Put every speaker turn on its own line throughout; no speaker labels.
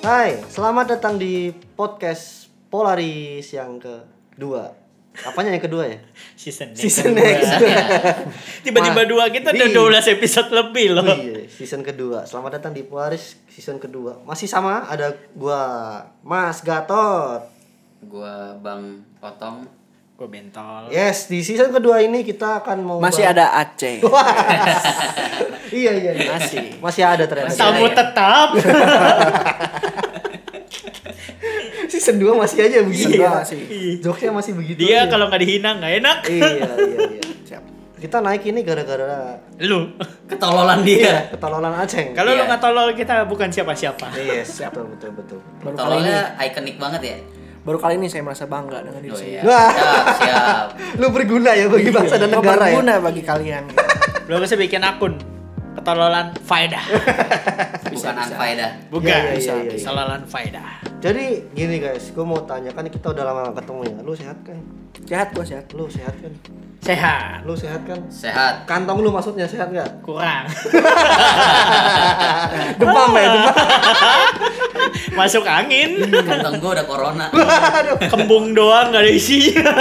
Hai, selamat datang di podcast Polaris yang kedua. Apanya yang kedua ya?
Season next.
Season
Kedua.
next.
Ya. Tiba-tiba
Wah,
dua kita
di-
udah 12 episode lebih loh.
Oh iya, season kedua. Selamat datang di Polaris season kedua. Masih sama ada gua Mas Gatot.
gua Bang Otong
Gue bentol.
Yes, di season kedua ini kita akan mau
Masih
bahas-
ada Aceh.
iya, iya, iya.
Masih.
Masih ada ternyata.
Masih ada.
Tamu
Iya.
tetap.
Season 2 masih aja begini.
Season dua
ya.
masih.
Jokesnya masih begitu.
Dia
aja.
Iya, kalau nggak dihina nggak enak.
Iya, iya, iya.
Siap.
Kita naik ini gara-gara
Lu.
ketololan dia
ketololan Aceng.
Kalau lu
Iya.
nggak tolol kita bukan siapa-siapa.
Yes, Iya, betul, betul, betul.
Baru kali ini,
tololnya ikonik banget ya
baru kali ini saya merasa bangga dengan diri
oh,
saya.
iya.
Wah.
siap siap
Lu berguna ya bagi bangsa dan
Gua
negara ya.
berguna bagi kalian.
Lu bisa bikin akun ketololan faedah.
bukan anfaedah
Bukan.
Iya, iya,
bisa,
iya, iya.
Ketololan faedah.
Jadi gini guys, gue mau tanya kan kita udah lama gak ketemu ya. Lu sehat kan?
sehat gua sehat.
Lu sehat kan?
Sehat.
Lu sehat kan?
sehat
Kantong lu maksudnya sehat nggak?
Kurang.
Demam ya, demam.
Masuk angin.
kantong gua udah corona
Aduh.
Kembung doang nggak ada isinya.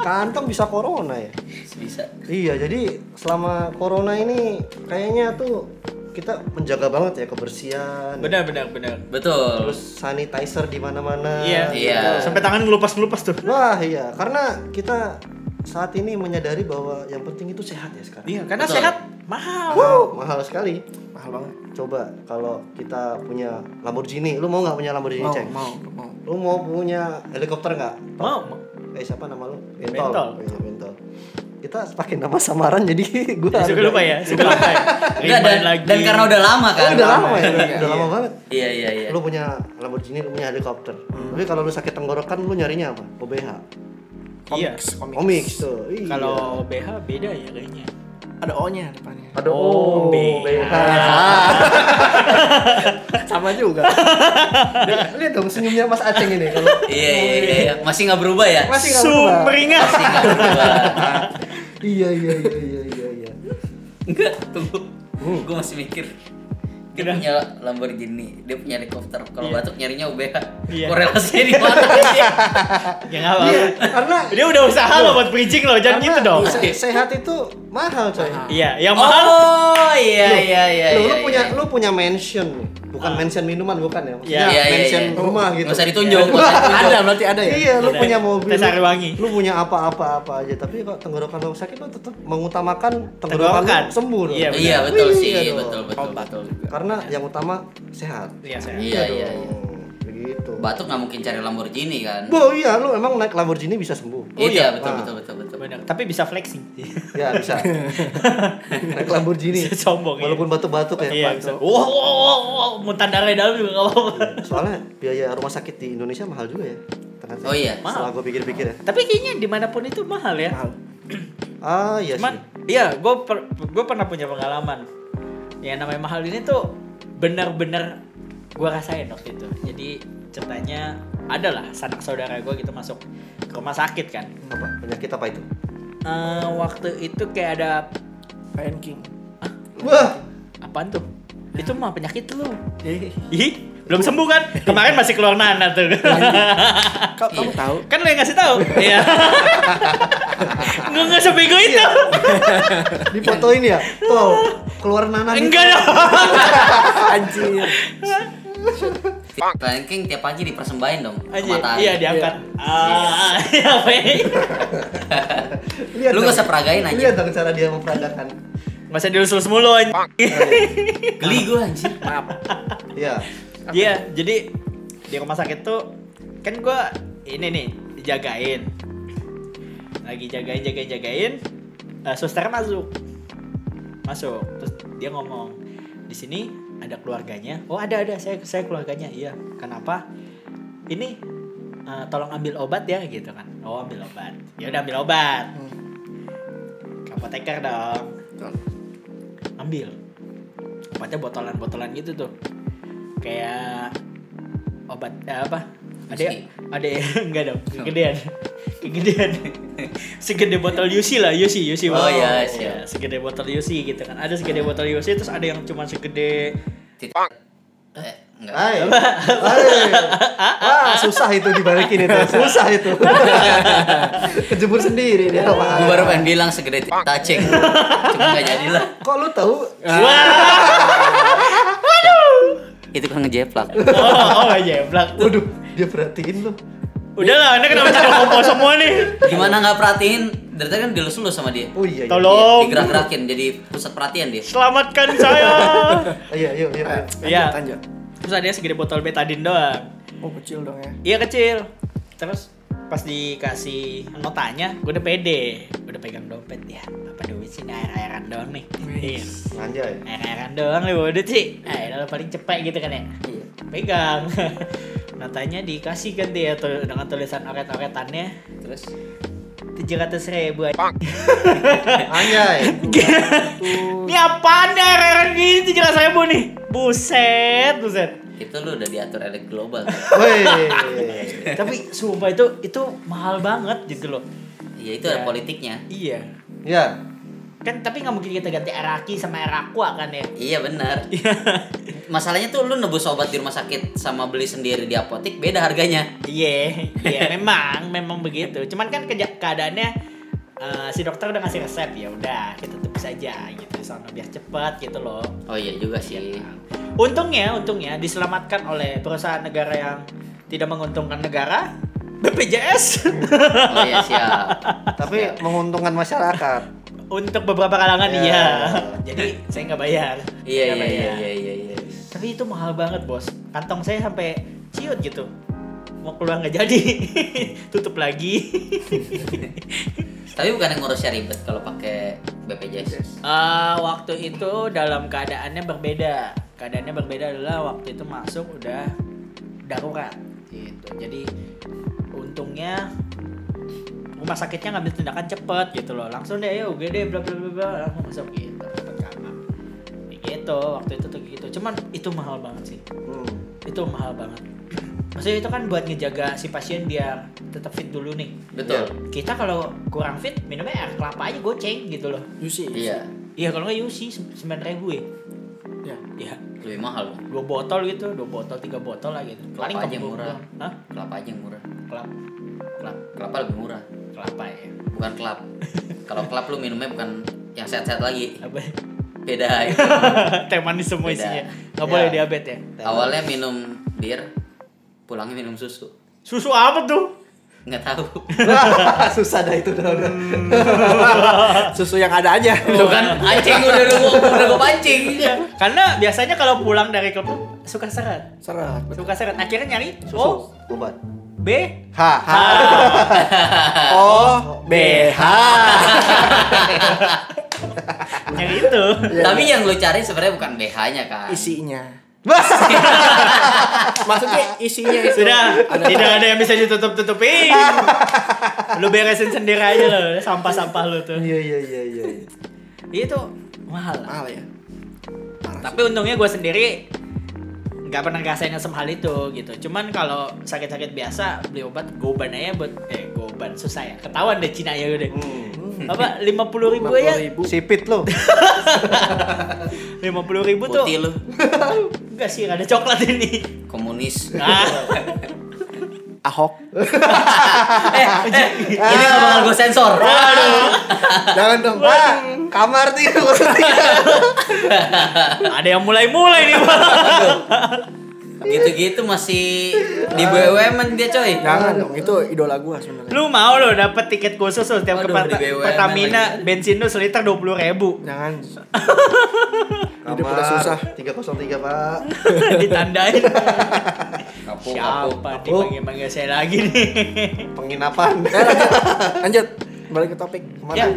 Kantong bisa corona ya?
bisa
Iya, jadi selama corona ini kayaknya tuh kita menjaga banget ya kebersihan.
benar benar benar.
betul
Terus sanitizer di mana-mana.
Iya.
Iya.
Sampai tangan ngelupas-ngelupas tuh.
Wah, iya, karena kita saat ini menyadari bahwa yang penting itu sehat ya sekarang.
Iya, karena
Betul.
sehat mahal.
Wow, mahal sekali.
Mahal banget.
Coba kalau kita punya Lamborghini, lu mau nggak punya Lamborghini
Mau
Iya, ceng?
mau mau.
Lu mau punya helikopter nggak?
Mau.
Eh siapa nama lu?
Bentol.
Iya, Bentol. Kita pakai nama samaran jadi gua
Suka
harus-
lupa ya, suka lupa ya. Iya.
Nggak,
Remind
dan, dan karena udah lama
Oh,
kan
udah lama ya, udah, udah lama banget.
iya iya iya
Lu punya Lamborghini, lu punya helikopter.
Hmm.
Tapi kalau lu sakit tenggorokan, lu nyarinya apa? OBH.
Iya.
Komiks, komiks.
Komik tuh. Iya.
Kalau BH beda ya kayaknya.
Ada O-nya depannya.
ada
Oh,
OBH.
Sama juga.
Lihat dong senyumnya Mas Aceng ini kalau
iya iya iya, iya masih nggak berubah ya
Masih nggak berubah.
Sumringah.
masih nggak berubah
Iya iya iya iya iya iya.
enggak tunggu
Uh.
gua masih mikir dia
Kenapa?
punya Lamborghini, dia punya helikopter. Kalau
Iya.
batuk nyarinya UBH.
Iya.
Korelasinya di mana sih?
Ya nggak apa
Iya, karena
Dia udah usaha loh buat bridging loh, jangan gitu dong.
se- Sehat itu mahal coy.
Iya, yang mahal.
Oh, iya iya iya.
Lu, lu
iya,
punya
iya.
lu punya mansion nih. Bukan
Ah.
mansion minuman bukan ya. Maksudnya
Iya,
iya, iya,
mansion
iya.
rumah gitu.
Nggak usah ditunjuk. nggak usah ditunjuk.
ada berarti ada ya.
Iya, lu
Ada.
punya mobil.
Tes Sariwangi.
Lu punya apa-apa apa aja, tapi kok tenggorokan lu sakit lu tetap mengutamakan tenggorokan,
Tenggorokan.
lu sembuh. dong.
Iya,
Iya betul
Wih,
sih,
iya dong.
betul betul betul.
Karena yang utama sehat. Gitu
Iya, saya.
Iya iya. iya.
dong. Begitu.
Batuk nggak mungkin cari Lamborghini kan?
Bo, iya lu emang naik Lamborghini bisa sembuh.
Oh, iya.
Iya betul
Nah.
betul betul betul.
Benar, tapi bisa flexing.
Ya bisa. naik Lamborghini.
Bisa sombong, iya.
Walaupun batuk-batuk ya,
Iya,
Pak.
bisa. Wow, wow, wow, wow, muntah darah dalam juga nggak apa-apa.
Soalnya biaya rumah sakit di Indonesia mahal juga ya. Ternyata.
Oh, iya.
Setelah gue pikir-pikir ya.
Tapi kayaknya dimanapun itu mahal ya.
Mahal.
Ah iya
Cuman,
sih.
iya, gue gue pernah punya pengalaman. Yang namanya mahal ini tuh benar-benar gue rasain waktu itu. Jadi ceritanya adalah sanak saudara gue gitu masuk ke rumah sakit kan.
Apa penyakit apa itu?
Eh, waktu itu kayak ada
Lion King.
Wah,
apaan tuh? Itu mah penyakit lu.
Jadi,
Ih, belum sembuh kan? Kemarin masih keluar nana tuh.
kau kamu tahu?
kan lo yang ngasih tahu. Iya. Gue nggak sepego
Iya,
itu.
difotoin ya. Tuh, keluar nana nih.
Enggak dong.
Anjir.
Lion King tiap pagi dipersembahin dong ke
Anjir,
matahari.
iya diangkat. Ah, iya, weh.
Lihat dong.
Lu nggak usah peragain aja.
Lihat dong cara dia memperagakan.
Nggak usah dilus-lus mulu anjing.
Geli gue anjir.
Maaf.
Iya.
Iya, jadi di rumah sakit tuh kan gua ini nih dijagain. Lagi jagain, jagain, jagain. eh, suster masuk. Masuk. Terus dia ngomong, "Di sini ada keluarganya." "Oh, ada ada. Saya saya keluarganya." "Iya. Kenapa?" "Ini eh, tolong ambil obat ya." gitu kan. "Oh, ambil obat." "Ya udah ambil obat." Ke apoteker dong ambil obatnya botolan-botolan gitu tuh kayak obat eh, apa ada
Whisky.
ada enggak dong kegedean kegedean segede botol UC lah UC UC
Oh,
botol.
iya, siap.
segede botol UC gitu kan ada segede botol UC terus ada yang cuma segede
Tit- Eh, enggak.
Hai. Hai. Wah, susah itu dibalikin itu. Susah itu. Kejebur sendiri dia
Gue
Pak.
baru pengen bilang segede t- touching. Cuma enggak jadilah.
Kok lu tahu?
Itu kan ngejeplak.
Oh, oh nggak jeblak tuh.
Waduh, dia perhatiin lu.
Udah lah, anda kenapa jadi kompo semua nih?
Gimana enggak perhatiin? Dari tadi kan dilus lu sama dia.
Oh iya. iya.
Tolong,
Digerak-gerakin jadi pusat perhatian dia.
selamatkan saya.
Iya, yuk, yuk. yuk.
Iya.
Lanjut, lanjut.
Terus ada segede botol betadine doang.
Oh kecil dong ya.
Iya kecil. Terus pas dikasih notanya, gue udah pede. Udah pegang dompet ya. Apa duit sih ini air-airan doang nih. Iya.
Anjay.
Air-airan doang nih bodoh sih. Air paling cepet gitu kan ya.
Iya.
Pegang. notanya dikasih kan dia tuh dengan tulisan oret-oretannya
Terus
700 ribu aja.
Anjay.
Ini apaan nih air-airan gini 700 ribu nih? Buset, buset.
itu lu udah diatur elit global.
Woi.
Tapi sumpah itu itu mahal banget gitu loh.
Iya itu ada politiknya.
Iya.
Ya.
Kan tapi nggak mungkin kita ganti Araki sama Arakwa kan ya.
Iya benar. Masalahnya tuh lu nebus obat di rumah sakit sama beli sendiri di apotek beda harganya.
Iya, iya memang memang begitu. Cuman kan keja- keadaannya eh, si dokter udah ngasih resep ya udah kita tebus aja gitu soalnya biar cepat gitu loh.
Oh iya juga sih.
Untungnya untungnya diselamatkan oleh perusahaan negara yang tidak menguntungkan negara BPJS
Oh iya siap.
Tapi menguntungkan masyarakat.
untuk beberapa kalangan
Ya.
iya. Jadi saya nggak bayar. Nggak
Iya iya iya
bayar.
iya iya. iya.
Tapi itu mahal banget bos. Kantong saya sampai ciut gitu. Mau keluar nggak jadi, tutup lagi.
Tapi bukan yang ngurusnya ribet kalau pakai BPJS.
Eh, waktu itu dalam keadaannya berbeda. Keadaannya berbeda adalah waktu itu masuk udah darurat gitu. Jadi untungnya rumah sakitnya ngambil tindakan cepet gitu loh. Langsung deh ya UGD bla bla bla bla langsung masuk gitu. Dapat kamar. Kayak Gitu waktu itu tuh gitu. Cuman itu mahal banget sih.
Hmm.
Itu mahal banget. Maksudnya itu kan buat ngejaga si pasien biar tetap fit dulu nih.
Betul.
Kita kalau kurang fit minumnya air kelapa aja goceng gitu loh.
Yusi.
Iya.
Iya kalau nggak UC sembilan ribu ya.
Ya.
Iya.
Lebih mahal. loh.
Dua botol gitu, dua botol, tiga botol lah gitu. Paling
Kelapa aja
kebun
murah.
doang. Hah?
Kelapa aja yang murah.
Kelap,
Kelap, kelapa lebih murah.
kelapa ya.
Bukan kelap. kalau kelap lu minumnya bukan yang sehat-sehat lagi.
Apa? ya?
Beda. itu.
Teh manis semua
Beda.
isinya. Nggak
Ya.
boleh diabetes ya.
Awalnya minum bir, pulangnya minum susu.
Susu apa tuh?
Nggak tahu.
Susah dah itu dah udah.
Susu yang ada aja.
Lu kan pancing udah gua udah gua pancing.
Iya.
Karena biasanya kalau pulang dari klub tuh suka seret,
Serat. betul.
suka seret. Akhirnya nyari
Oh,
O,
obat.
B,
H. H.
Oh, BH.
nyari itu.
Tapi yang lu cari sebenarnya bukan BH-nya kan.
Isinya.
Wah.
Maksudnya isinya itu.
Sudah,
Ada-
tidak ada yang bisa ditutup-tutupin. Lu beresin sendiri aja loh, sampah-sampah lu tuh.
Iya iya iya iya.
Itu mahal. lah.
Mahal ya.
Tapi untungnya gue sendiri nggak pernah ngerasain semahal itu gitu. Cuman kalau sakit-sakit biasa beli obat goban aja buat eh goban susah ya. Ketahuan deh Cina ya udah. Apa lima puluh ribu ya?
50.000.
Hmm. Sipit lo.
Lima puluh ribu tuh?
Putih lu,
Enggak sih ada coklat ini.
komunis.
Ah,
Ahok.
eh, eh, ini gak bakal gue sensor.
Jangan dong, Pak. Ah, Kamar tiga kosong tiga.
ada yang mulai-mulai nih Pak.
Gitu-gitu masih di BUMN dia coy.
Jangan dong, itu idola gua sebenarnya.
Lu mau lo dapet tiket khusus lo setiap ke
Aduh,
Perta-
di BUMN
Pertamina bensin lo seliter dua puluh ribu
Jangan. Hidup
Kamar
udah susah.
Tiga kosong tiga, Pak.
ditandain.
Kapuk, kapuk.
Siapa nih panggil-panggil saya lagi nih?
Penginapan.
Lanjut, balik ke topik.
ya
Kemarin.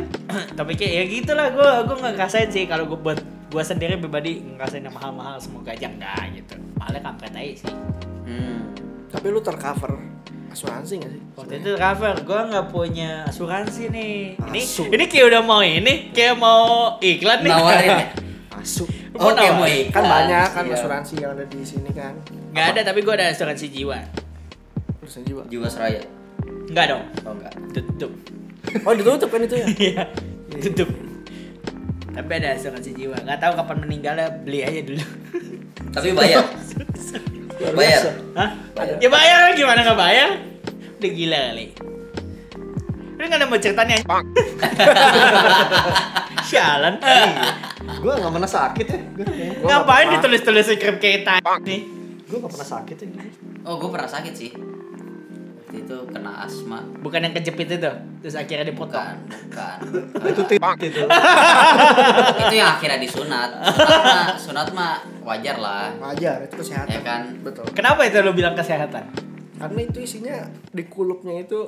topiknya ya gitulah gue gue nggak ngerasain sih kalau gue buat gue sendiri pribadi ngerasain yang mahal-mahal semoga aja enggak gitu malah kampret aja sih
Hmm.
Tapi lu tercover asuransi gak sih?
waktu itu cover gue nggak punya asuransi nih
Ah,
ini
Asu.
ini kayak udah mau ini kayak mau iklan nih
Nawarin ya.
Masuk.
Mau
Oke,
nawarin.
mau iklan.
Kan banyak kan
Iya.
asuransi yang ada di sini kan.
nggak ada tapi gue ada asuransi jiwa
Urusan jiwa.
Jiwa seraya.
nggak dong
Oh enggak.
tutup
Oh, ditutup kan itu ya?
Iya, tutup tapi ada asuransi jiwa nggak tahu kapan meninggalnya beli aja dulu
Tapi bayar.
Luar
Bayar.
biasa.
Hah? Ya bayar gimana nggak bayar? Udah gila kali. Udah nggak ada mau cerita nih. anjing. Sialan.
Gue gak pernah sakit ya. Gue
Ngapain ditulis-tulis skrip kita nih?
Gue gak pernah sakit ya.
Oh, gue pernah sakit sih. Waktu itu kena asma.
Bukan yang kejepit itu, terus akhirnya dipotong.
Bukan, bukan.
Itu tip itu.
itu yang akhirnya disunat. Sunat mah, sunat mah wajar lah.
Wajar, itu kesehatan.
Ya kan?
Betul.
Kenapa itu lo bilang kesehatan?
Karena itu isinya di kulupnya itu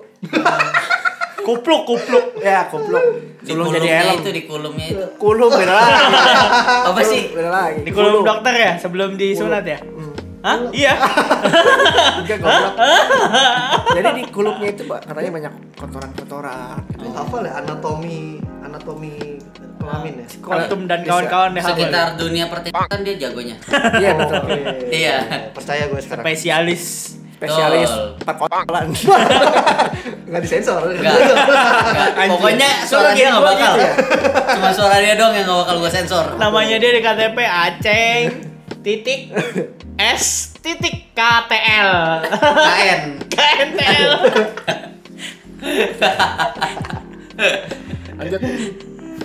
Kupluk, kupluk.
ya goblok.
Di
Sebelum jadi
kulumnya
helm.
itu, di kulumnya itu.
Kulum beda lagi.
Apa
Kulum
sih?
Beda lagi. Hmm.
Di kolom dokter ya, sebelum disunat ya? Hah? Iya.
Enggak goblok. Jadi di kulupnya itu Pak, katanya banyak kotoran-kotoran.
Lu hafal ya anatomi anatomi kelamin ya.
Kontum dan
Bisa.
kawan-kawan deh. hafal.
Sekitar dunia pertemanan kan dia jagonya.
Iya betul.
Oh, Oke.
Iya.
Percaya gue sekarang.
Spesialis.
Spesialis
Betul.
perkotoran.
Gak disensor.
Enggak. Enggak. Pokoknya suara dia nggak bakal. Cuma suara dia doang yang nggak bakal gue sensor.
Namanya dia di KTP Aceng titik S titik KTL
KN.
KNTL
Lanjut.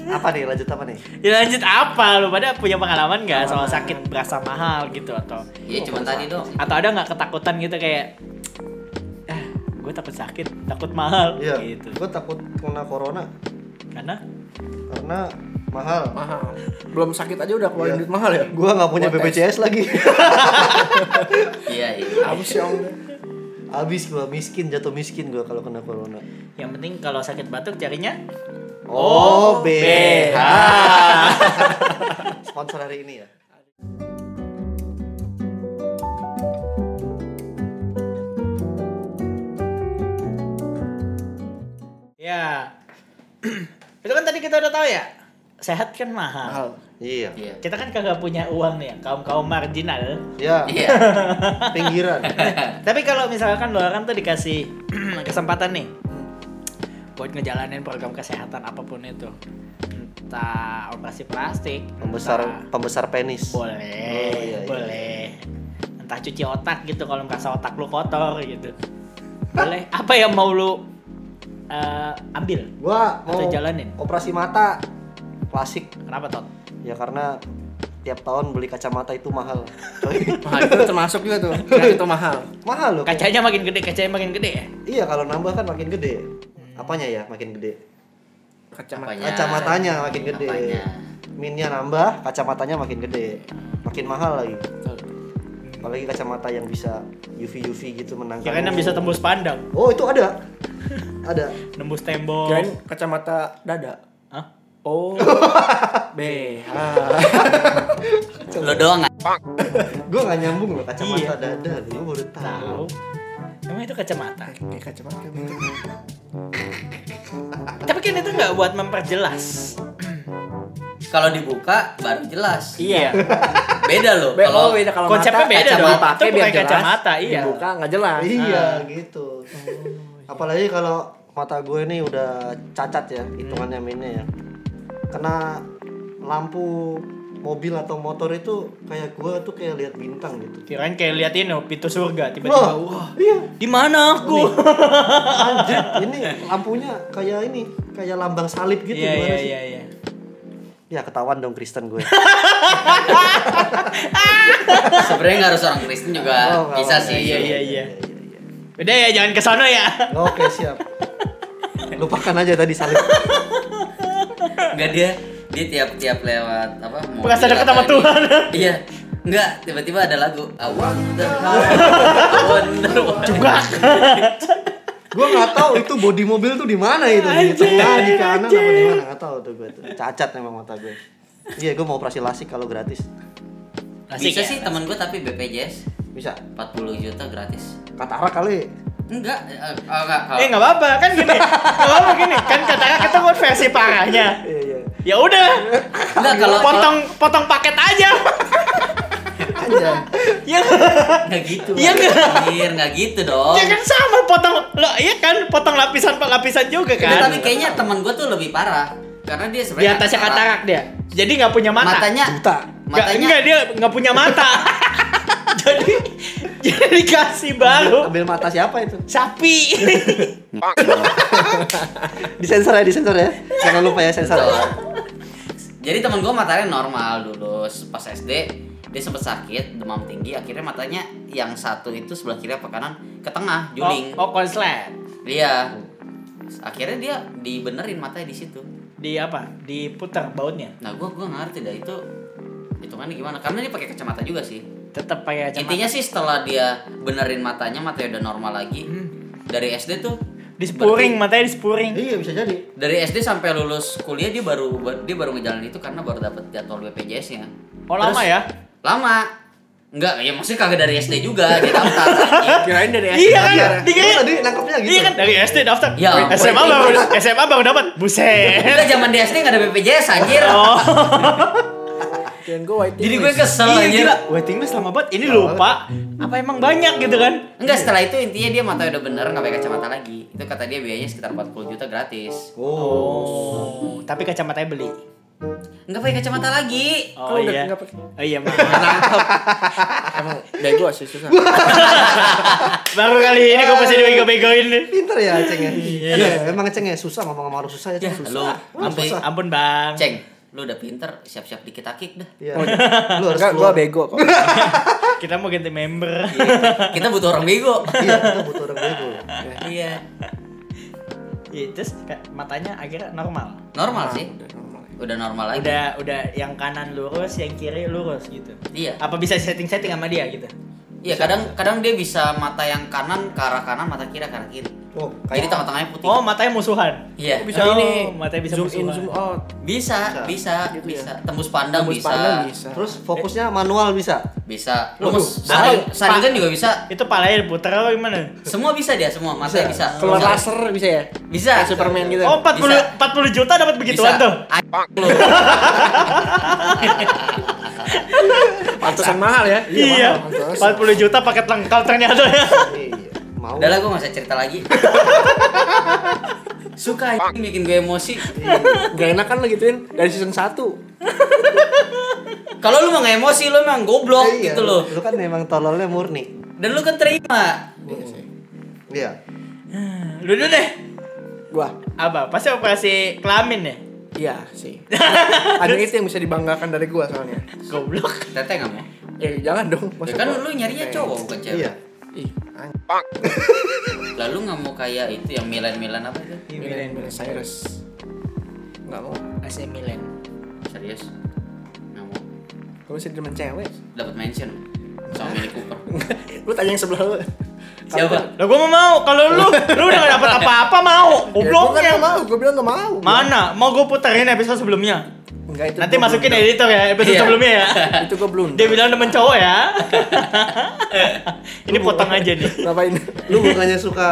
Apa nih lanjut apa nih?
ya lanjut apa lu pada punya pengalaman nggak soal sakit berasa mahal gitu atau
Iya cuma tadi dong.
atau ada nggak ketakutan gitu kayak ah, gue takut sakit takut mahal
Iya.
gitu
Gue takut kena corona
karena
karena mahal.
Mahal. Belum sakit aja udah keluarin
Iya.
duit mahal ya.
Gue nggak punya
Buat
BPJS lagi.
Iya iya.
Apa sih Om?
Abis gue miskin jatuh miskin gue kalau kena corona.
yang penting kalau sakit batuk carinya
Oh, BH.
BH.
Sponsor hari ini ya.
ya itu kan tadi kita udah tahu ya sehat kan mahal
Mahal.
Iya.
Iya.
kita kan kagak punya uang nih kaum kaum marginal
Ya,
Iya.
pinggiran.
Tapi kalau misalkan lo orang tuh dikasih kesempatan nih buat ngejalanin program kesehatan apapun itu, entah operasi plastik,
Pembesar
entah-
pembesar penis.
boleh,
Oh, iya, iya.
boleh, entah cuci otak gitu kalau merasa otak lu kotor gitu, boleh. Apa yang mau lu eh, ambil?
Gua mau
Atau jalanin?
operasi mata klasik
Kenapa tot?
ya karena tiap tahun beli kacamata itu mahal.
Mahal itu termasuk juga tuh. Karena itu mahal.
mahal loh.
Kacanya makin gede, kacanya makin gede ya.
Iya kalau nambah kan makin gede.
Hmm.
Apanya ya makin gede?
Ya,
Kacamata.
Apanya?
Kacamatanya makin gede.
Apanya?
Minnya nambah, kacamatanya makin gede. Makin mahal lagi. Apalagi kacamata yang bisa UV UV gitu menangkap.
Kirain yang bisa tembus pandang,
Oh itu ada. ada.
nembus tembok.
Kirain kacamata dada.
Hah?
Oh. BH.
Lo doang nggak?
Gue nggak nyambung loh kacamata
Iya.
dada. Gue baru tahu.
Tahu? Emang itu kacamata?
Kayak kacamata.
Tapi kan itu nggak buat memperjelas.
Kalau dibuka baru jelas.
Iya.
Beda loh.
Be-
Kalau
oh, beda kalau
Konsepnya
mata,
beda
kacamata
dong. Itu
pakai biar
bukan
jelas,
kacamata, iya. ah.
Dibuka nggak jelas.
Iya gitu. Apalagi kalau mata gue ini udah cacat ya
Hmm.
hitungannya mainnya ya. Kena lampu mobil atau motor itu kayak gue tuh kayak lihat bintang gitu.
Kirain kayak lihat ini oh, pintu surga tiba-tiba wah.
iya
Di mana aku?
anjir ini lampunya kayak ini kayak lambang salib gitu
Iya
gimana
iya
sih?
iya iya.
ya ketahuan dong Kristen gue
sebenarnya nggak harus orang Kristen juga
Oh, nggak
bisa
apa-apa.
sih.
Iya, iya.
iya.
Udah ya jangan ke sono ya.
oke siap lupakan aja tadi salib
Enggak dia dia tiap-tiap lewat apa? mobil
Berasa dekat sama
atau di-
Tuhan.
Iya. Enggak, tiba-tiba ada lagu I wonder how I wonder why.
gue nggak tahu itu bodi mobil tuh di mana itu di tengah di kanan apa di mana nggak tahu tuh gue tuh cacat memang mata gue iya gue mau operasi lasik kalau gratis
Asik
Bisa
ya?
sih teman gue tapi BPJS
bisa
40 juta gratis.
katarak kali
Enggak, eh, oh, enggak. kalau-
Eh nggak apa-apa kan gini. Nggak apa-apa gini. Kan katanya kita buat versi parahnya.
iya iya
Ya udah.
Enggak kalau
potong potong paket aja.
anjir
Ya
kalau- enggak gitu.
Iya, enggak.
Anjir, enggak gitu dong.
ya kan sama potong lo iya kan potong lapisan per lapisan juga
Enggak,
kan.
tapi kayaknya teman gue tuh lebih parah karena dia
Di
sebenarnya
atasnya katarak dia. Jadi nggak punya mata.
Matanya
Buta.
Nggak-
Matanya
enggak dia nggak punya mata. jadi jadi dikasih baru
Ambil mata siapa itu?
sapi
Disensor ya, disensor ya. Jangan lupa ya sensor.
Betul. Jadi teman gue matanya normal dulu pas SD dia sempat sakit demam tinggi akhirnya matanya yang satu itu sebelah kiri apa kanan ke tengah juling
oh, oh konslet
iya akhirnya dia dibenerin matanya di situ
di apa diputar bautnya
nah gue gue ngerti dah itu hitungannya gimana karena dia pakai kacamata juga sih
tetap pakai kacamata
intinya sih setelah dia benerin matanya matanya udah normal lagi
Hmm.
dari SD tuh
di spuring matanya di spuring
Iya bisa jadi.
dari SD sampai lulus kuliah dia baru dia baru ngejalanin itu karena baru dapat jadwal BPJS-nya.
oh lama
Terus-
ya
Lama. Enggak, ya maksudnya kagak dari SD juga, dia daftar. anjing.
Nah, Kirain dari
iya kan
Iya,
dikira
tadi nangkepnya gitu.
iya kan dari SD daftar
Ya ampun.
SMA baru SMA baru dapat buset
Kita zaman di SD enggak ada BPJS anjir.
Kirain gue white
Jadi gue kesel
Oh, iya
anjir.
gila waiting list lama banget ini lupa apa emang banyak gitu kan
Enggak, setelah itu intinya dia mata udah bener nggak pakai kacamata lagi. Itu kata dia biayanya sekitar 40 juta gratis.
Oh.
oh tapi kacamatanya beli
Enggak pakai kacamata lagi.
oh
Kalau udah
iya
nggak pakai.
oh iya mah
Emang bego sih susah.
baru kali ini gue pasti dibego-begoin nih
Pinter ya Ceng ya. Iya, emang Ceng ya susah ngomong sama orang susah ya Ceng
Lu
susah. Emang
sampai
susah.
ampun bang
Ceng, lu udah pinter, siap-siap dikitakik dah.
Iya. Lu harus
Enggak, gue
keluar.
bego kok.
kita mau ganti member
Kita butuh orang bego.
Iya, kita butuh orang bego.
Iya.
Iya, terus kayak matanya akhirnya normal.
Normal sih. Udah normal lagi.
Udah udah yang kanan lurus, yang kiri lurus gitu.
Iya.
Apa bisa setting-setting sama dia gitu?
Iya kadang kadang dia bisa mata yang kanan ke arah kanan, mata kiri ke arah kiri.
Oh,
Jadi tengah-tengahnya putih.
Oh, matanya musuhan.
Iya.
Bisa
Oh,
ini
matanya bisa
zoom in
musuhan.
zoom out.
Bisa, bisa, bisa.
Gitu ya.
Tembus pandang
Tembus
bisa.
pandang bisa.
terus fokusnya manual bisa.
Bisa.
Waduh,
Lu
bahaya.
saringan juga bisa.
Itu palanya diputer apa gimana?
Semua bisa dia semua, matanya bisa.
keluar
Bisa.
laser bisa ya?
Bisa.
Kayak Superman gitu.
Oh, 40 40 juta dapat begituan
Bisa. Ah,
tuh.
A- lu.
pantesan mahal ya?
Iya.
mahal,
40
pantesan.
juta paket lengkap ternyata ya.
Iya. Mau.
Udah lah gue gak usah cerita lagi. Suka anjing, bikin gue emosi.
Gak enak kan lo gituin dari season 1
Kalau lu mau emosi lu emang goblok
Iya,
gitu loh.
Lu kan emang tololnya murni.
Dan lu kan terima.
Iya.
Lu dulu deh.
Gua,
Apa? Pasti operasi kelamin ya?
iya sih Ada itu yang bisa dibanggakan dari gua soalnya
Goblok.
Teteh gak mau.
Ya jangan dong
Ya
masa
kan
gua-
lu nyarinya
Eh,
cowok bukan cewek.
Iya.
Ih, anjing
Lalu nggak mau kayak itu yang Milan-Milan apa itu?
Iya.
Milan Milan Cyrus Gak mau
AC Milan.
Serius? Nggak mau.
Lu bisa demen cewek
Dapat mention sama Mini Cooper.
Lu tanya yang sebelah lu
Siapa?
Lah gua mau mau kalau lu lu udah gak dapet apa-apa mau.
Goblok
Gobloknya.
mau, Ya, gua bilang gak mau
Mana? Mau gue puterin episode sebelumnya.
Enggak itu
Nanti
gua
masukin
belum.
editor ya episode
Iya.
sebelumnya ya.
Itu gua belum
Dia bilang temen cowok ya. Ini potong aja nih.
Ngapain?
Lu bukannya suka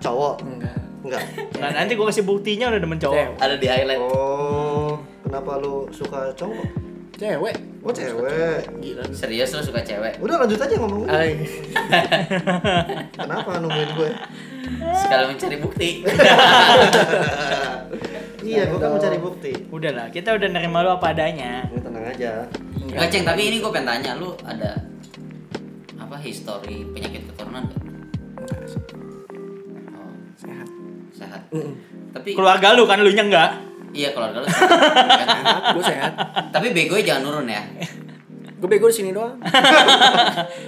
cowok?
Enggak
Enggak.
Nah, nanti gue kasih buktinya udah temen cowok.
Ada di highlight.
Oh, kenapa lu suka cowok?
Cewek
Oh, cewek.
Iya.
Gila lu.
Serius lu suka cewek?
Udah lanjut aja ngomongnya.
Ay.
Kenapa nungguin gue?
Sekali mencari bukti.
Iya, gue kan mencari bukti.
Udah lah, kita udah nerima lu apa adanya.
Lu tenang aja.
Nggak ceng, tapi ini gue pengen tanya lu ada apa histori penyakit keturunan gak?
Enggak sih.
Oh,
Sehat
sehat.
Mm-mm.
Tapi
Keluarga lu kan lu nya enggak?
iya keluarga lu. sehat.
Sehat, gua sehat
tapi begonya jangan nurun ya.
Gua bego di sini doang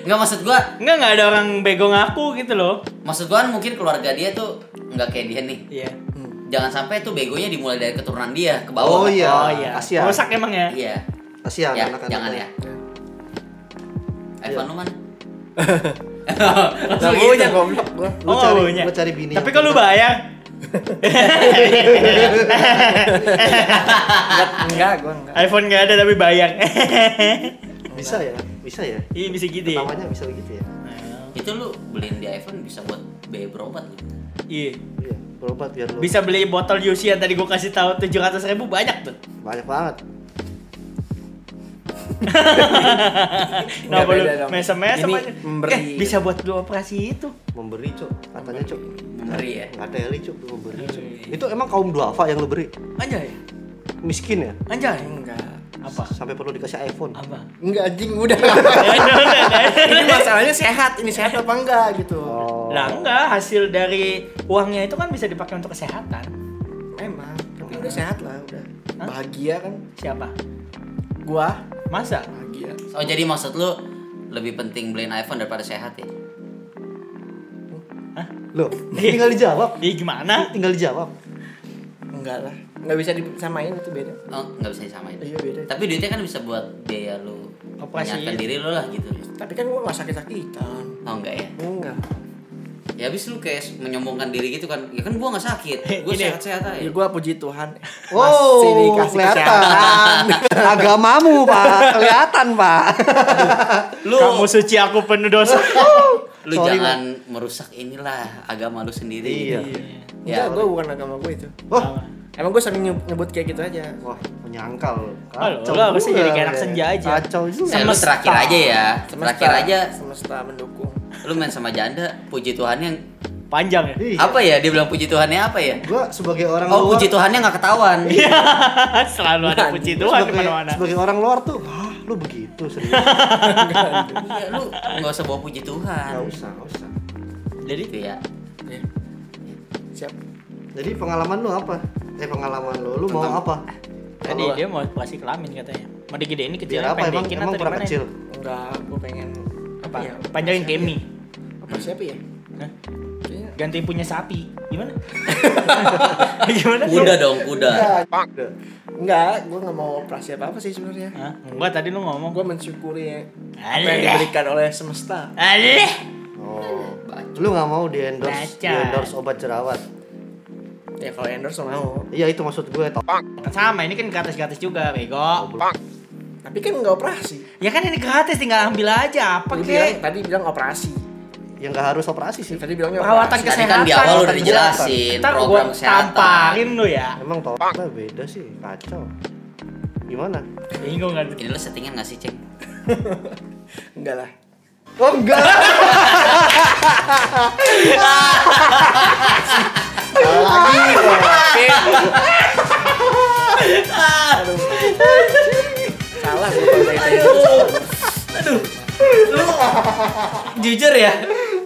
Nggak maksud gua,
Enggak enggak ada orang bego ngaku gitu loh.
maksud gua kan mungkin keluarga dia tuh nggak kayak dia nih.
Iya.
Jangan sampai tuh begonya dimulai dari keturunan dia ke
Oh,
bawah.
iya.
Oh iya.
Kasihan.
Rusak emang ya.
Iya.
Kasihan
Ya,
anak-anak.
jangan ya. iPhone lu mana?
Gak
Langsung gitu.
punya ya, goblok gua
Lu
Oh,
cari-
maunya.
lu cari bini
Tapi
yang
kalau lu
pintar.
bayar
Enggak, gua enggak
iPhone enggak ada tapi bayar.
Bisa ya? Bisa ya?
Iya bisa gitu ya. Nah,
Namanya bisa begitu ya?
Itu lu beliin di iPhone bisa buat biaya berobat lu.
Iya.
Iya, berobat biar lu
Bisa beli botol Yusi yang tadi gue kasih tahu 700 ribu banyak tuh.
banyak banget.
Nah,
Nggak beda
boleh
dong.
mesem-mesem
Ini
aja.
memberi.
Eh, bisa buat lu operasi itu.
Memberi, Cuk. Katanya, Cuk.
Memberi ya?
Nggak teli, Cuk. Lu
Iya.
Memberi, Cuk. Itu emang kaum duafa yang lu beri?
Anjay.
Miskin ya?
Anjay.
Enggak
Apa?
sampai perlu dikasih iPhone
Apa? Eh,
Enggak anjing udah. ini masalahnya sehat, ini sehat apa enggak gitu.
oh
Lah enggak, hasil dari uangnya itu kan bisa dipakai untuk kesehatan.
Emang, tapi udah sehat lah, udah. Bahagia kan?
Siapa?
Gua
Masa?
bahagia.
Oh jadi maksud lu lebih penting beliin iPhone daripada sehat ya?
lo tinggal dijawab
Ih, gimana?
tinggal dijawab
Enggak lah. Enggak bisa disamain itu beda.
Oh nggak bisa disamain.
Iya, beda.
Tapi duitnya kan bisa buat biaya lu
Operasi.
menyiapkan diri lu lah gitu.
Tapi kan gua gak sakit-sakitan.
Oh enggak ya?
Enggak.
Ya habis lu kayak menyombongkan diri gitu kan. Ya kan gua nggak sakit. Gua
Ini.
sehat-sehat aja.
Ya gua puji Tuhan.
Wow,
Masih dikasih
kelihatan agamamu pak, kelihatan pak.
Lu
Kamu suci aku penuh dosa.
Oh.
lu
Sorry,
jangan merusak inilah agama lu sendiri.
Iya.
Enggak,
Ya.
gua bukan agama gua itu.
Wah,
Emang gua sering nyeb- nyebut kayak gitu aja.
wah menyangkal.
Halo, lo harusnya
juga,
jadi kayak anak
ya.
senja aja.
Kacau juga.
Ya, lu
Semesta.
terakhir aja ya. Terakhir aja
semesta mendukung.
lu main sama janda, puji Tuhannya
Panjang ya?
Iya.
apa ya? Dia bilang puji Tuhannya apa ya?
Gua sebagai orang
Oh,
luar,
puji Tuhannya nggak ketahuan.
Selalu ada
Bukan.
puji
sebagai,
Tuhan di mana-mana.
sebagai orang luar tuh, ah lu begitu serius.
Iya, lu nggak usah bawa puji Tuhan.
Gak usah, gak usah.
Jadi
Gitu ya.
Ya. Siap.
Jadi pengalaman lu apa? Eh pengalaman lu, lu mau
Tentang-
apa?
tadi dia mau operasi kelamin katanya. Mau digedein ini kecil
Biar apa emang? Emang kurang kecil. Iya.
Enggak, gua pengen apa ya?
Iya, Panjangin
Siapa
kemi.
ya? Apa siapa ya?
Hah?
Kayaknya
Ganti punya sapi. Gimana? Gimana?
Kuda dong,
Iya.
kuda.
Enggak, gua nggak mau operasi apa-apa sih sebenarnya.
Hah? Enggak tadi lu ngomong.
Gua mensyukuri apa yang
Aleh.
diberikan oleh semesta.
Aleh.
Oh.
Baca.
Lu nggak mau di endorse,
Baca.
di endorse obat jerawat?
Ya kalau endorse mau.
Iya itu maksud gue. Topak.
Kan sama ini kan gratis-gratis juga, bego.
Tapi kan nggak operasi.
Ya kan ini gratis tinggal ambil aja apa
Tadi bilang,
kek.
tadi bilang operasi.
Yang nggak harus operasi sih.
Tadi bilangnya
Iya. Perawatan
Tadi
operasi.
kan
kesehatan, Iya,
di awal udah
kesehatan.
dijelasin
Ntar gua
program kesehatan.
tamparin lu ya.
Emang topak lah, beda sih, kacau. Gimana?
Bingung kan?
Ini lu settingan nggak sih, Ceng?
Enggak lah.
Oh enggak.
Salah gua kalau tanya-tanya.
Lu jujur ya?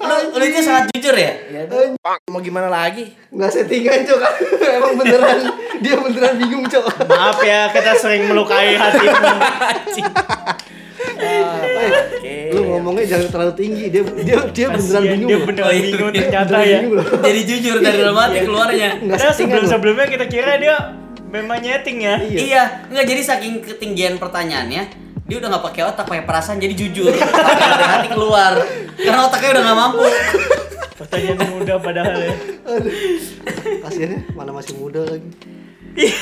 Lu lu itu sangat jujur ya?
Ya, dong. mau gimana lagi?
Nggak settingan cok. Emang beneran dia beneran bingung cok.
Maaf ya, kita sering melukai hatimu.
Oke.
Lu ngomongnya jangan terlalu tinggi. Dia dia dia beneran
Iya. Kasian,
bingung.
Dia
loh.
beneran
Oh, iya,
bingung
dia
ternyata
beneran
ya.
bingung loh.
Jadi jujur dari dalam hati
Iya.
keluarnya.
Nggak
Padahal
settingan loh.
sebelum-sebelumnya kita kira dia memang nyeting ya.
Iya.
Iya, nggak jadi saking ketinggian pertanyaannya, dia udah nggak pakai otak, pakai perasaan jadi jujur. Pakai dari hati keluar. Karena otaknya udah nggak mampu.
Pertanyaan mudah padahal ya.
Aduh. Kasiannya mana masih muda lagi.
Iya.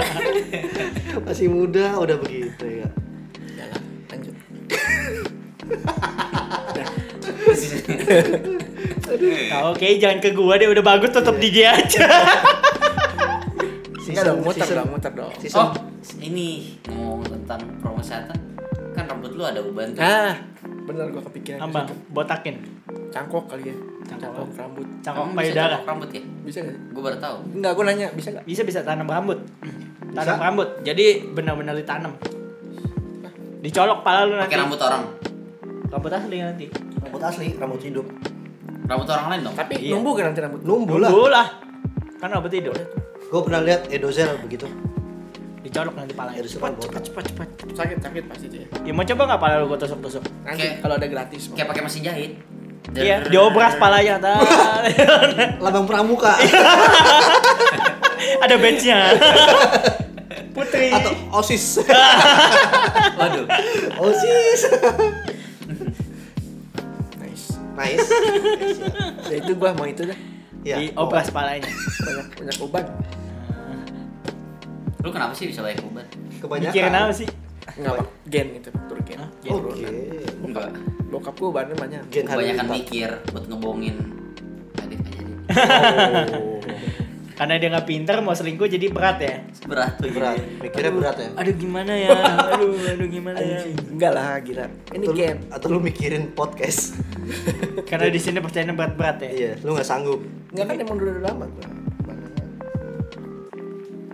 masih muda udah begitu ya.
Ya lah, lanjut.
Nah, Oke, jangan ke gua deh, udah bagus tutup di dia aja.
Enggak dong, muter dong, muter dong.
season-
Oh, ini ngomong tentang promo kesehatan, kan rambut lu ada uban tuh.
Ah, bener gua kepikiran.
Apa? Botakin.
Cangkok kali ya.
Cangkok.
Cangkok rambut.
Cangkok
Emang bisa
payudara.
cangkok rambut ya?
Bisa nggak?
Gue baru tahu.
Enggak, gua nanya bisa nggak?
Bisa bisa tanam rambut. Tanam rambut. Jadi benar-benar ditanam. Dicolok pala lu nanti.
Pakai rambut orang.
Rambut asli nanti.
Rambut asli, rambut hidup.
Rambut orang lain dong.
Tapi
Iya.
numbuh kan nanti rambut?
Numbuh lah.
Dulu lah. Kan rambut tidur.
Gue pernah lihat Edozel begitu.
Dicolok nanti palanya.
Edozel botak.
Cepat, cepat. Sakit, sakit pasti itu ya.
Ya mau coba nggak pala lu gua tusuk-tusuk?
Nanti
Kayak-
kalau ada gratis. mau.
Kayak pakai mesin jahit.
Iya, diobras palanya. tar.
Labang pramuka
Iya. Ada badge-nya. Putri.
atau OSIS.
Waduh.
OSIS.
Nice.
Nice.
Ya itu gua mau itu dah.
Ya.
Diobras palanya.
Banyak banyak obat.
Lu kenapa sih bisa banyak uban?
Kebanyakan.
Mikirin apa sih? Gitu.
Enggak apa? Gen itu, faktor gen.
Oh,
Gen.
Oke.
Enggak.
Bokap gua obatnya banyak.
Gen
Oh.
Kebanyakan
halilintar.
mikir buat ngebohongin adik aja deh.
Oh,
Karena dia nggak pintar mau selingkuh jadi berat ya.
Berat tuh
Oh, berat.
jadi.
Mikirnya berat ya.
Aduh gimana ya? Aduh, aduh gimana ya?
Enggak lah, gila. Ini
Atau lu-
gen.
Atau lu mikirin podcast.
Karena di sini percayaan berat-berat ya.
Iya, lu nggak sanggup.
Enggak kan emang udah lama gua.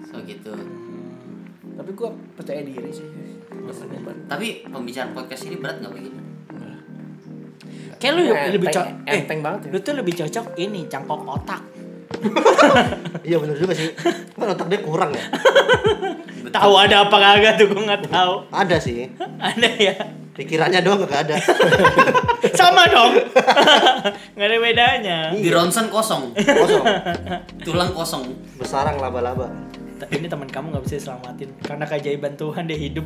So gitu.
Tapi tapi gue percaya diri sih Maksudnya,
Tapi pembicaraan podcast ini berat nggak begitu?
Kayak lu
Enteng-
lebih eh, cocok.
enteng banget ya.
Lu tuh lebih cocok ini cangkok otak.
iya bener juga sih kan otak dia kurang ya
Tahu ada apa kagak tuh gua nggak tahu.
ada sih
Ada ya.
pikirannya doang gak ada
Sama dong. Nggak ada bedanya.
Di ronsen kosong,
kosong
tulang kosong.
bersarang laba-laba
T- Ini teman kamu nggak bisa selamatin karena keajaiban Tuhan dia hidup.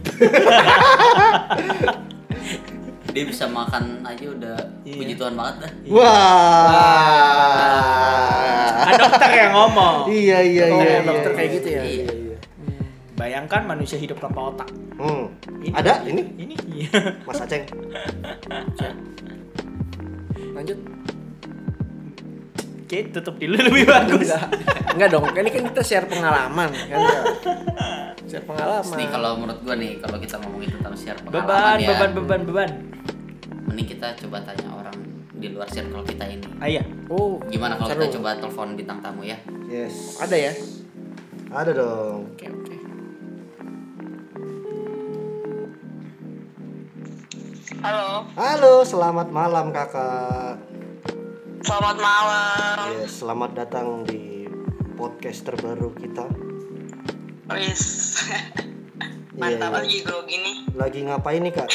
Dia bisa makan aja udah
Iya.
puji Tuhan banget dah.
wah
Ada dokter yang ngomong.
iya iya
Oh,
iya
dokter
iya,
kayak
iya.
gitu ya.
Iya.
Bayangkan manusia hidup tanpa otak.
hmm.
Ini-
ada ini
Ini iya.
Mas Aceng
Lanjut.
Oke, tutup dulu lebih bagus.
Enggak. Enggak dong. Ini kan kita share pengalaman kan. Share pengalaman.
Nih kalau menurut gua nih kalau kita ngomongin tentang share pengalaman
Beban,
ya,
beban, beban, beban.
mending kita coba tanya orang di luar circle kita ini.
Ayah.
Oh,
Gimana kalau
seru.
kita coba telepon bintang tamu ya?
Hmm.
yes
Ada ya?
ada dong
Oke, oke.
Halo,
halo selamat malam kakak
selamat malam.
yes selamat datang di podcast terbaru kita
Wis.
Iya, iya.
Mantap lagi gue gini.
lagi ngapain nih kak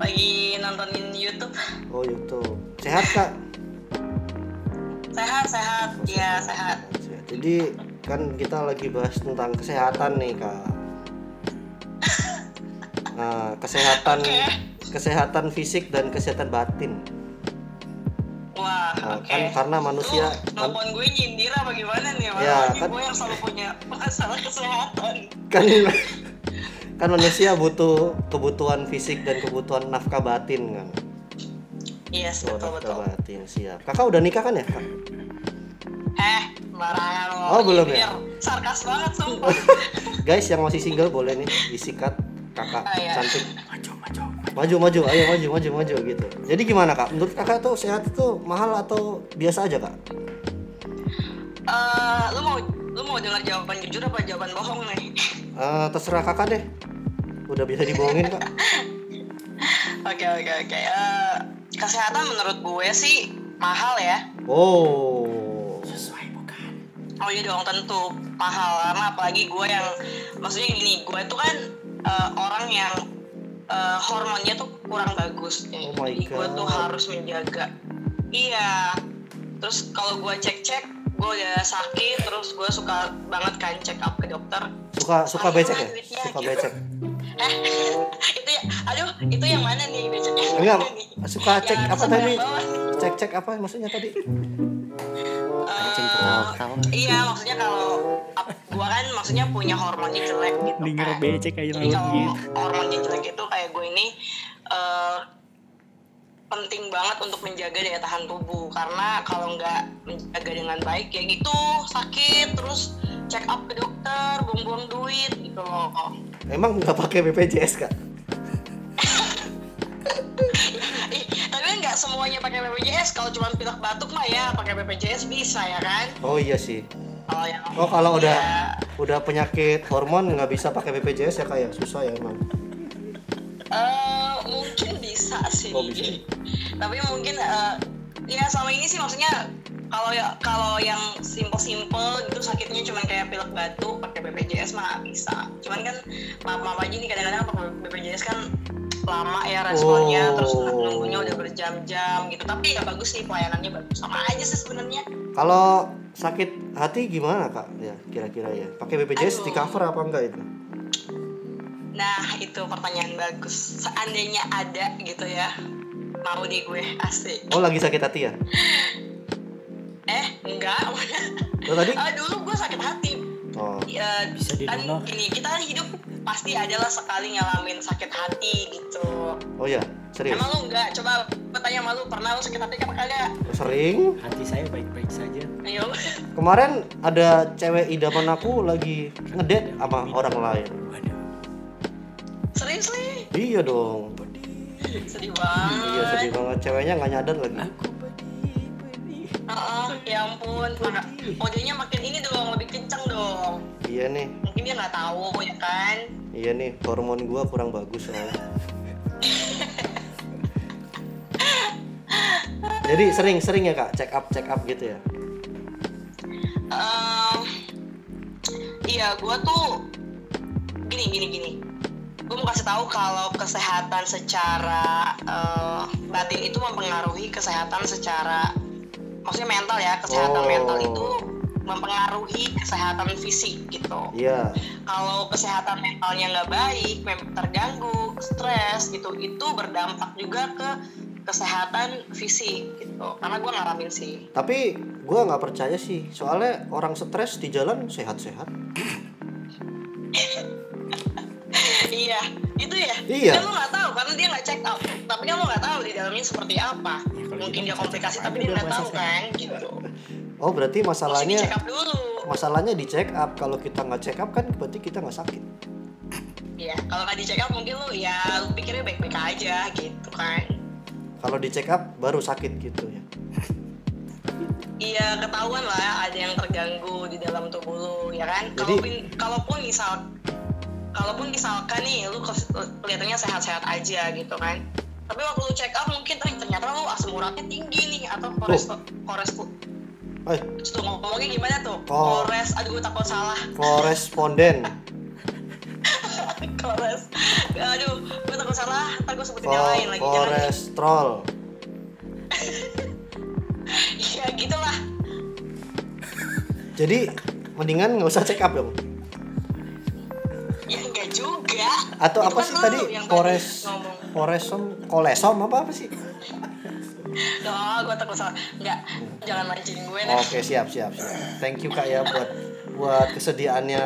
Lagi nontonin YouTube.
oh YouTube sehat kak
Sehat, sehat. Ya, sehat.
Sehat. jadi kan kita lagi bahas tentang kesehatan nih kak Nah, kesehatan kesehatan fisik dan kesehatan batin
Wah,
Nah,
oke.
kan karena manusia
Lu nelpon gue nyindir apa gimana nih? Malah
Ya,
lagi
kan-
gue yang selalu punya masalah kesehatan.
kan kan manusia butuh kebutuhan fisik dan kebutuhan nafkah batin kan
Yes,
Oh,
betul,
nafkah
betul.
batin siap kakak udah nikah kan ya kak
Eh, barangan lo.
Oh, belum ya?
nyindir. Sarkas banget, sumpah.
guys yang masih single boleh nih disikat kakak
Ah, iya.
cantik maju maju ayo maju maju maju gitu jadi gimana kak menurut kakak tuh sehat tuh mahal atau biasa aja kak
Eh, lu mau lu mau dengar jawaban jujur apa jawaban bohong nih?
Eh, terserah kakak deh udah bisa dibohongin kak
Oke oke oke. Eh, kesehatan menurut gue sih mahal ya.
oh
Oh iya dong tentu mahal karena apalagi gue yang maksudnya gini gue tuh kan eh, orang yang eh, hormonnya tuh kurang bagus.
Oh my
Jadi gue
God.
tuh harus menjaga. Iya. Terus kalau gue cek cek gue udah sakit terus gue suka banget kan check up ke dokter.
suka suka
Ayo
becek
lah
ya
duitnya,
suka
gitu.
becek
Eh itu ya, aduh itu yang mana nih beceknya? yang
enggak
mana nih?
suka
Yang
cek
atas
apa
sama
tadi
yang bawah? eh,
cek cek apa maksudnya tadi
Acing ketawa-ketawa.
Iya, maksudnya kalau ap- gua kan maksudnya punya hormonnya jelek gitu.
Dengar
kan.
becek aja
Jadi
lalu
kalau
gitu.
hormonnya jelek itu kayak gue ini eh, penting banget untuk menjaga daya tahan tubuh karena kalau nggak menjaga dengan baik ya gitu sakit terus check up ke dokter buang-buang duit gitu loh
emang nggak pakai bpjs kak
Ih, tapi kan nggak semuanya pakai BPJS kalau cuma pilek batuk mah ya pakai BPJS bisa ya kan
oh iya sih
kalau yang
Oh kalau udah
Iya.
udah penyakit hormon nggak bisa pakai BPJS ya kayak susah ya emang.
Eh, mungkin bisa sih.
Oh, bisa.
Tapi mungkin eh, ya selama ini sih maksudnya kalau ya kalau yang simple-simple gitu sakitnya cuman kayak pilek batuk pakai BPJS mah bisa. Cuman kan maaf maaf aja nih kadang-kadang pakai BPJS kan lama ya responnya
Oh.
terus nunggunya udah berjam-jam gitu tapi ya bagus sih pelayanannya bagus sama aja sih sebenarnya
Kalau sakit hati gimana kak? Ya kira-kira ya. Pakai BPJS
Aduh.
di cover apa enggak itu?
nah itu pertanyaan bagus seandainya ada gitu ya mau deh gue asik
Oh lagi sakit hati ya?
eh enggak
Lo Oh, tadi?
Ah, dulu gue sakit hati.
Oh
Ya,
Bisa
kan
didengar.
gini, kita kan hidup pasti adalah sekali ngalamin sakit hati gitu.
oh ya serius.
Emang lu enggak? Coba gue tanya sama lu, pernah lu sakit hati apa kagak?
Sering.
Hati saya baik-baik saja.
Ayo.
Kemarin ada cewek idaman aku lagi ngedate sama orang lain.
Waduh.
Serius li?
Iya dong. Iya sedih
Sedih banget.
banget ceweknya nggak nyadar lagi.
Heeh. ya ampun maka audionya makin ini dong lebih kenceng dong
Iya nih,
mungkin dia nggak tahu ya kan
iya nih, hormon gua kurang bagus soalnya. Jadi sering-sering ya kak, check up check up gitu ya.
Ehm, iya gue tuh gini gini gini gue mau kasih tahu kalau kesehatan secara eh, batin itu mempengaruhi kesehatan secara maksudnya mental ya
Oh.
kesehatan mental itu mempengaruhi kesehatan fisik gitu
Iya,
kalau kesehatan mentalnya nggak baik, mem- terganggu, stres gitu, itu berdampak juga ke kesehatan fisik gitu. Karena gue ngalamin sih.
tapi gua nggak percaya sih, soalnya orang stres di jalan sehat-sehat.
iya, itu ya.
Iya.
Kan lo nggak tahu karena dia nggak check up. Tapi kan lo nggak tahu di dalamnya seperti apa.
kalau
Mungkin
gitu
dia
mau
komplikasi
check up
tapi
aja
dia
dulu
nggak tahu
prosesnya.
kan gitu.
Oh berarti
Mesti di
masalahnya
check up dulu.
masalahnya di check up. Kalau kita nggak check up kan berarti kita nggak sakit.
Iya, kalau nggak di check up mungkin lo ya lo pikirnya baik-baik aja gitu kan.
Kalau di check up baru sakit gitu ya.
Iya ketahuan lah ada yang terganggu di dalam tubuh lu ya kan.
Jadi-
Kalaupun kalaupun misal kalaupun misalkan nih lu kes- kelihatannya sehat-sehat aja gitu kan. Tapi waktu lu check up mungkin eh, ternyata lu asam uratnya tinggi nih atau kolesterol kolesterol
Eh,
tuh ngomongnya gimana tuh?
Oh.
Kores, aduh gue takut salah.
koresponden,
Kores, aduh gue takut salah. Ntar gue sebutin yang lain
Ko-
lagi. Jangan nih.
kolesterol.
Iya gitulah.
Jadi mendingan nggak usah check up dong.
Ya enggak juga.
Atau
Itu
apa
kan
sih
lu
tadi
yang
kores
ngomong.
koresom kolesom apa apa sih?
Oh, gue takut salah. Enggak, jangan mancing gue deh.
Oke siap siap siap. Thank you kak ya buat buat kesediaannya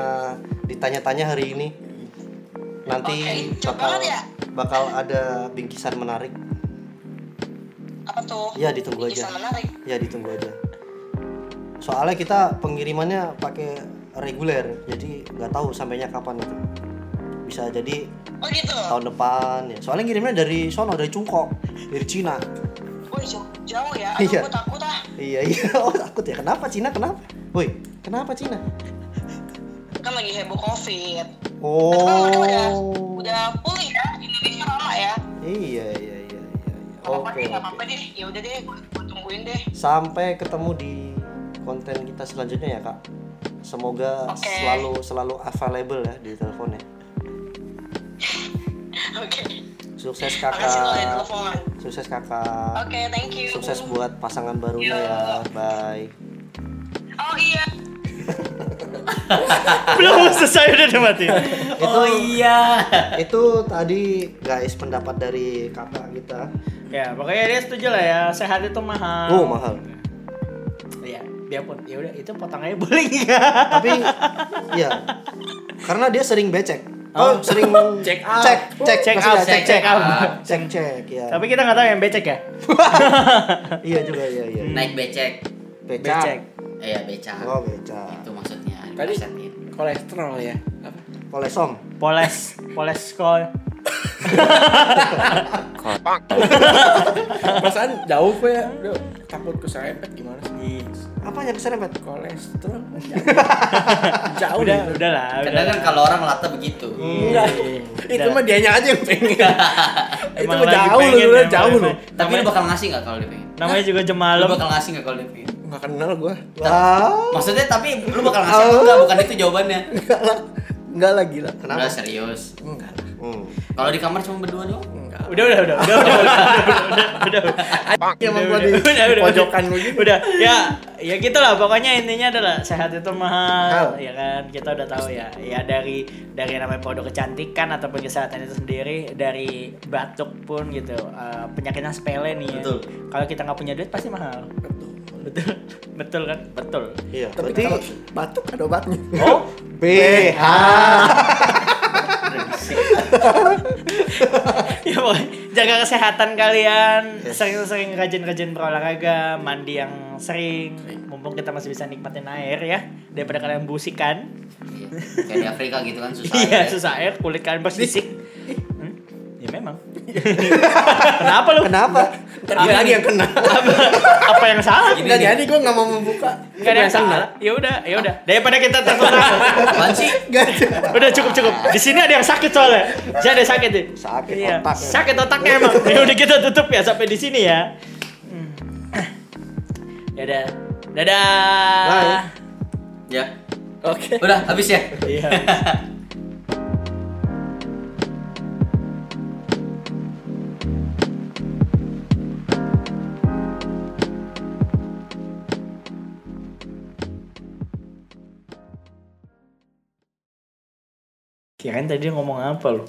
ditanya-tanya hari ini. Nanti
Oke, cepet
bakal
banget ya.
bakal ada bingkisan menarik.
Apa tuh?
Ya ditunggu aja.
Bisa menarik.
Ya ditunggu aja. Soalnya kita pengirimannya pakai reguler, jadi nggak tahu sampainya kapan itu. Bisa jadi
Oh gitu.
tahun depan ya. Soalnya ngirimnya dari sono dari Cungkok, dari Cina.
Wih, jauh, jauh ya. Aduh,
Iya.
gue takut ah.
Iya iya. Oh takut ya. Kenapa Cina? Kenapa? Woi, kenapa Cina?
Kan lagi heboh COVID.
Oh.
Tapi kan mereka udah udah pulih ya. Indonesia lama ya.
Iya iya iya iya. iya.
Gak apa-apa
Oke.
deh, gak
oke.
apa-apa deh. Ya udah deh, gue tungguin deh.
Sampai ketemu di konten kita selanjutnya ya kak. Semoga
Oke.
selalu selalu available ya di teleponnya.
Oke.
Sukses
Makasih lo udah
kakak.
telepon.
Sukses kakak.
Oke, thank you.
Sukses buat pasangan barunya
Yo.
ya. Bye.
Oh iya.
belum selesai udah ya. dimati
Oh iya.
Itu tadi guys pendapat dari kakak kita.
ya pokoknya dia setuju lah ya sehat itu mahal
Ah.
Oh mahal.
ya biarpun ya udah itu potongannya boleh
Tapi ya karena dia sering becek. Oh, sering cek
Check out.
cek cek
Check
maksudnya
out,
cek
check
cek
out.
cek cek ya.
tapi kita nggak tahu yang becek ya
Iya juga iya iya.
Naik becek.
becek
Eh, Iya becak.
Oh becak.
Itu maksudnya.
Tadi-
diplesetin.
kolesterol ya apa
Kolesom.
poles poles kol
perasaan jauh gue ya Duh, takut keserempet gimana sih
Apa yang keserempet?
kolesterol jauh
udah
Ah, udah
udah lah
Kadang kan kalau orang lata begitu.
Hmm.
enggak itu mah dianya aja yang pengen itu
Emang
mah
lagi
jauh lu
pengen,
udah
emang
jauh lu
emang.
Tapi
Namanya-
lu bakal ngasih nggak kalau dia pengen?
namanya juga jam malam
Lu bakal ngasih nggak kalau dia pengen?
nggak kenal gue
Wow.
Maksudnya tapi lu bakal ngasih apa enggak? Bukan itu jawabannya.
enggak lah enggak lah gila
Kenapa?
Udah serius.
enggak lah
Hmm.
Kalau di kamar cuma berdua doang.
enggak
udah udah udah udah udah udah udah udah
Iya,
Anjing emang
udah,
gua di
udah, udah,
di
udah.
pojokan lu gitu
udah ya ya gitulah pokoknya intinya adalah sehat itu mahal
Mahal.
ya kan kita udah tahu ya ya dari dari yang namanya produk kecantikan ataupun kesehatan itu sendiri dari batuk pun gitu eh, penyakitnya sepele nih ya.
Betul.
kalau kita nggak punya duit pasti mahal betul betul kan betul
Iya.
tapi
Berarti
kalau batuk ada obatnya
oh
BH.
ya pokoknya jaga kesehatan kalian
Yes.
sering-sering rajin-rajin berolahraga mandi yang sering mumpung kita masih bisa nikmatin air ya daripada kalian busikan
Iya. Kayak di Afrika gitu kan susah.
Iya
ya.
susah air kulit kalian bersisik. Hmm? Ya memang. Kenapa lu?
Kenapa?
Terus lagi
Iya.
yang kena.
apa, apa yang salah?
Gini,
Nggak jadi gue nggak mau membuka.
Gak ada yang salah. Ya udah, ya udah. Daripada kita terserah.
Apaan sih?
Nggak ada.
udah cukup cukup. Di sini ada yang sakit soalnya. Saya ada yang sakit nih.
Sakit
Iya,
otaknya.
Sakit otaknya emang. Ya udah kita tutup ya sampai di sini ya. Hmm. Dadah. Dadah.
Bye.
Ya,
Oke.
udah habis ya.
Iya. Kirain tadi dia ngomong apa lu?